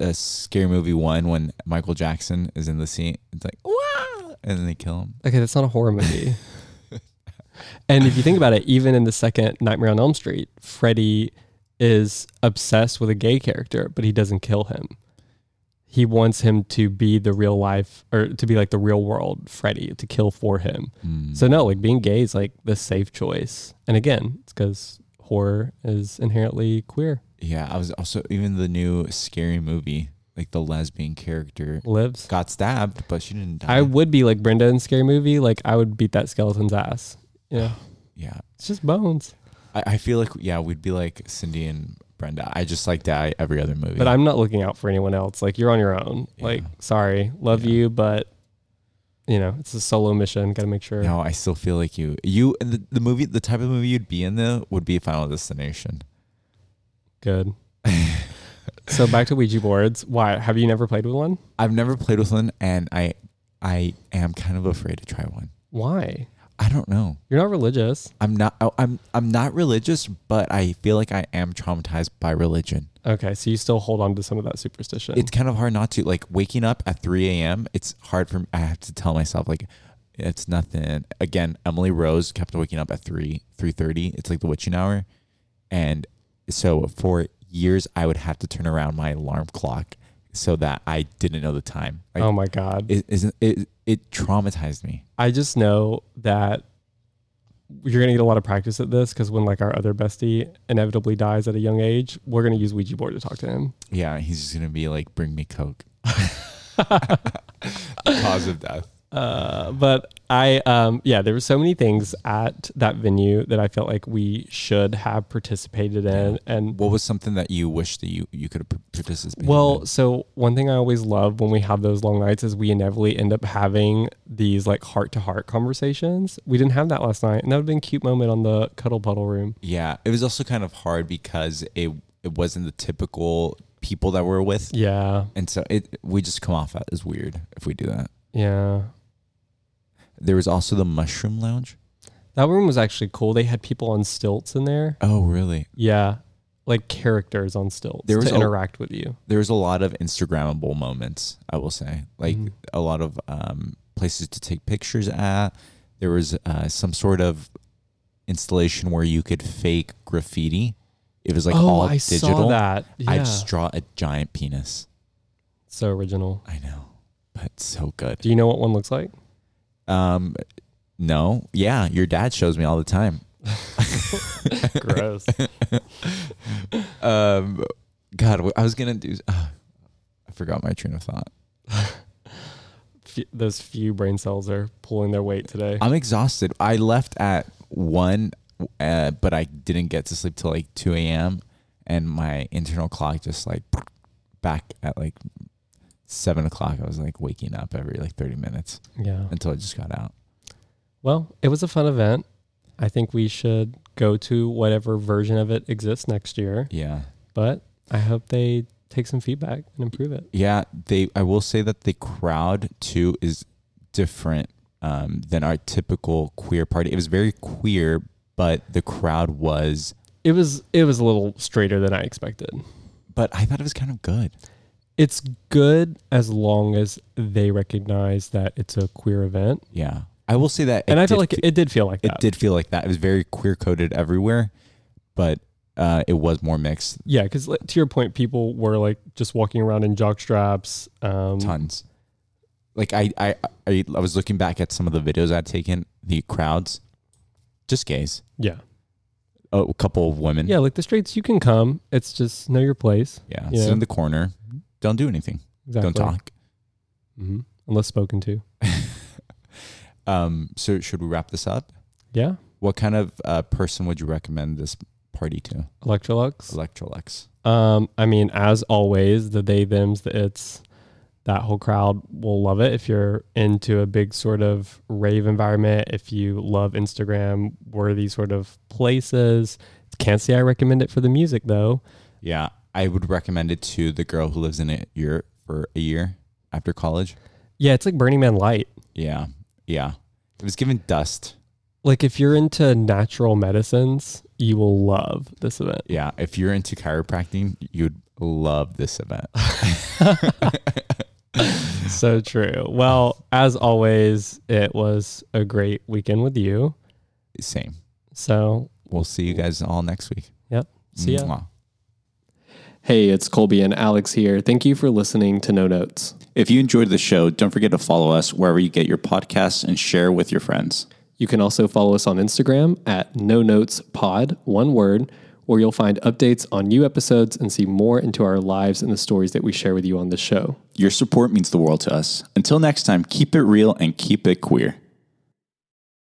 S2: a scary movie one when Michael Jackson is in the scene? It's like "Wah!" and then they kill him.
S1: Okay, that's not a horror movie. and if you think about it, even in the second Nightmare on Elm Street, Freddy is obsessed with a gay character, but he doesn't kill him. He wants him to be the real life or to be like the real world Freddy to kill for him.
S2: Mm.
S1: So no, like being gay is like the safe choice. And again, it's because horror is inherently queer.
S2: Yeah, I was also even the new scary movie, like the lesbian character
S1: Lives.
S2: got stabbed, but she didn't die.
S1: I would be like Brenda in Scary Movie. Like I would beat that skeleton's ass. Yeah,
S2: yeah,
S1: it's just bones.
S2: I, I feel like yeah, we'd be like Cindy and Brenda. I just like die every other movie.
S1: But I'm not looking out for anyone else. Like you're on your own.
S2: Yeah.
S1: Like sorry, love
S2: Yeah.
S1: you, but you know it's a solo mission. Got to make sure.
S2: No, I still feel like you. You the, the movie, the type of movie you'd be in though would be Final Destination.
S1: Good. so back to Ouija boards. Why have you never played with one?
S2: I've never played with one, and I I am kind of afraid to try one.
S1: Why?
S2: I don't know.
S1: You're not religious.
S2: I'm not. I- I'm I'm not religious, but I feel like I am traumatized by religion.
S1: Okay, so you still hold on to some of that superstition.
S2: It's kind of hard not to like waking up at 3 a.m. It's hard for me. I have to tell myself like it's nothing. Again, Emily Rose kept waking up at three three thirty. It's like the witching hour, and so for years I would have to turn around my alarm clock so that I didn't know the time. Like,
S1: oh my god.
S2: it, isn't- it, it traumatized me.
S1: I just know that you're gonna get a lot of practice at this because when like our other bestie inevitably dies at a young age, we're gonna use Ouija board to talk to him.
S2: Yeah, he's just gonna be like, "Bring me coke."
S3: cause of death.
S1: Uh, but I, um, yeah, there were so many things at that venue that I felt like we should have participated in. And
S2: What was something that you wish that you you could have participated?
S1: well, so one thing I always love when we have those long nights is we inevitably end up having these like heart to heart conversations. We didn't have that last night, and that would have been a cute moment on the cuddle puddle room.
S2: yeah, it was also kind of hard because it it wasn't the typical people that we're with,
S1: Yeah,
S2: and so it we just come off as weird if we do that.
S1: yeah.
S2: There was also the mushroom lounge.
S1: That room was actually cool. They had people on stilts in there.
S2: Oh, really?
S1: Yeah. Like characters on stilts
S2: There was
S1: to
S2: a-
S1: interact with you.
S2: There was a lot of Instagrammable moments. I will say, like
S1: Mhm.
S2: a lot of um, places to take pictures at. There was uh, some sort of installation where you could fake graffiti. It was like all
S1: Oh, I
S2: digital.
S1: saw that. Yeah.
S2: I just draw a giant penis.
S1: so original.
S2: I know, but so good.
S1: Do you know what one looks like?
S2: Um, no, yeah, your dad shows me all the time.
S1: Gross.
S2: Um, God, wh- I was gonna do. ah, I forgot my train of thought.
S1: Fe- those few brain cells are pulling their weight today.
S2: I'm exhausted. I left at one, uh, but I didn't get to sleep till like two a.m. And my internal clock just like back at like seven o'clock. I was like waking up every like thirty minutes
S1: yeah.
S2: until I just got out.
S1: Well, it was a fun event. I think we should go to whatever version of it exists next year,
S2: Yeah.
S1: but I hope they take some feedback and improve it.
S2: Yeah, they. I will say that the crowd too is different um, than our typical queer party. It was very queer, but the crowd was.
S1: It was it was a little straighter than I expected.
S2: But I thought it was kind of good.
S1: It's good as long as they recognize that it's a queer event.
S2: Yeah, I will say that.
S1: and
S2: it
S1: I feel
S2: did
S1: like
S2: fe-
S1: it did feel like
S2: it
S1: that.
S2: did feel like that. It was very queer coded everywhere, but uh, it was more mixed.
S1: Yeah, because to your point, people were like just walking around in jock straps. Um,
S2: Tons. Like I, I, I, I was looking back at some of the videos I'd taken. The crowds, just gays.
S1: yeah,
S2: Oh, a couple of women.
S1: yeah, like the streets, you can come. It's just know your place.
S2: yeah.
S1: Yeah.
S2: Sit in the corner. Don't do anything.
S1: Exactly.
S2: Don't talk.
S1: hmm unless spoken to.
S2: Um, so should we wrap this up?
S1: Yeah,
S2: What kind of uh, person would you recommend this party to?
S1: Electrolux.
S2: Electrolux.
S1: Um, I mean, as always, the they them's the it's that whole crowd will love it if you're into a big sort of rave environment. If you love Instagram worthy sort of places, can't say I recommend it for the music though.
S2: Yeah, I would recommend it to the girl who lives in a year for a year after college.
S1: Yeah, it's like Burning Man light.
S2: Yeah, yeah. It was given dust.
S1: like if you're into natural medicines, you will love this event.
S2: Yeah, if you're into chiropractic, you'd love this event.
S1: So true. Well, as always, it was a great weekend with you.
S2: Same.
S1: So,
S2: We'll see you guys all next week.
S1: yep. See ya.
S2: Mwah.
S1: Hey, it's Colby and Alex here. Thank you for listening to No Notes.
S3: If you enjoyed the show, don't forget to follow us wherever you get your podcasts and share with your friends.
S1: You can also follow us on Instagram at No Notes Pod, one word, where you'll find updates on new episodes and see more into our lives and the stories that we share with you on this show.
S3: Your support means the world to us. Until next time, keep it real and keep it queer.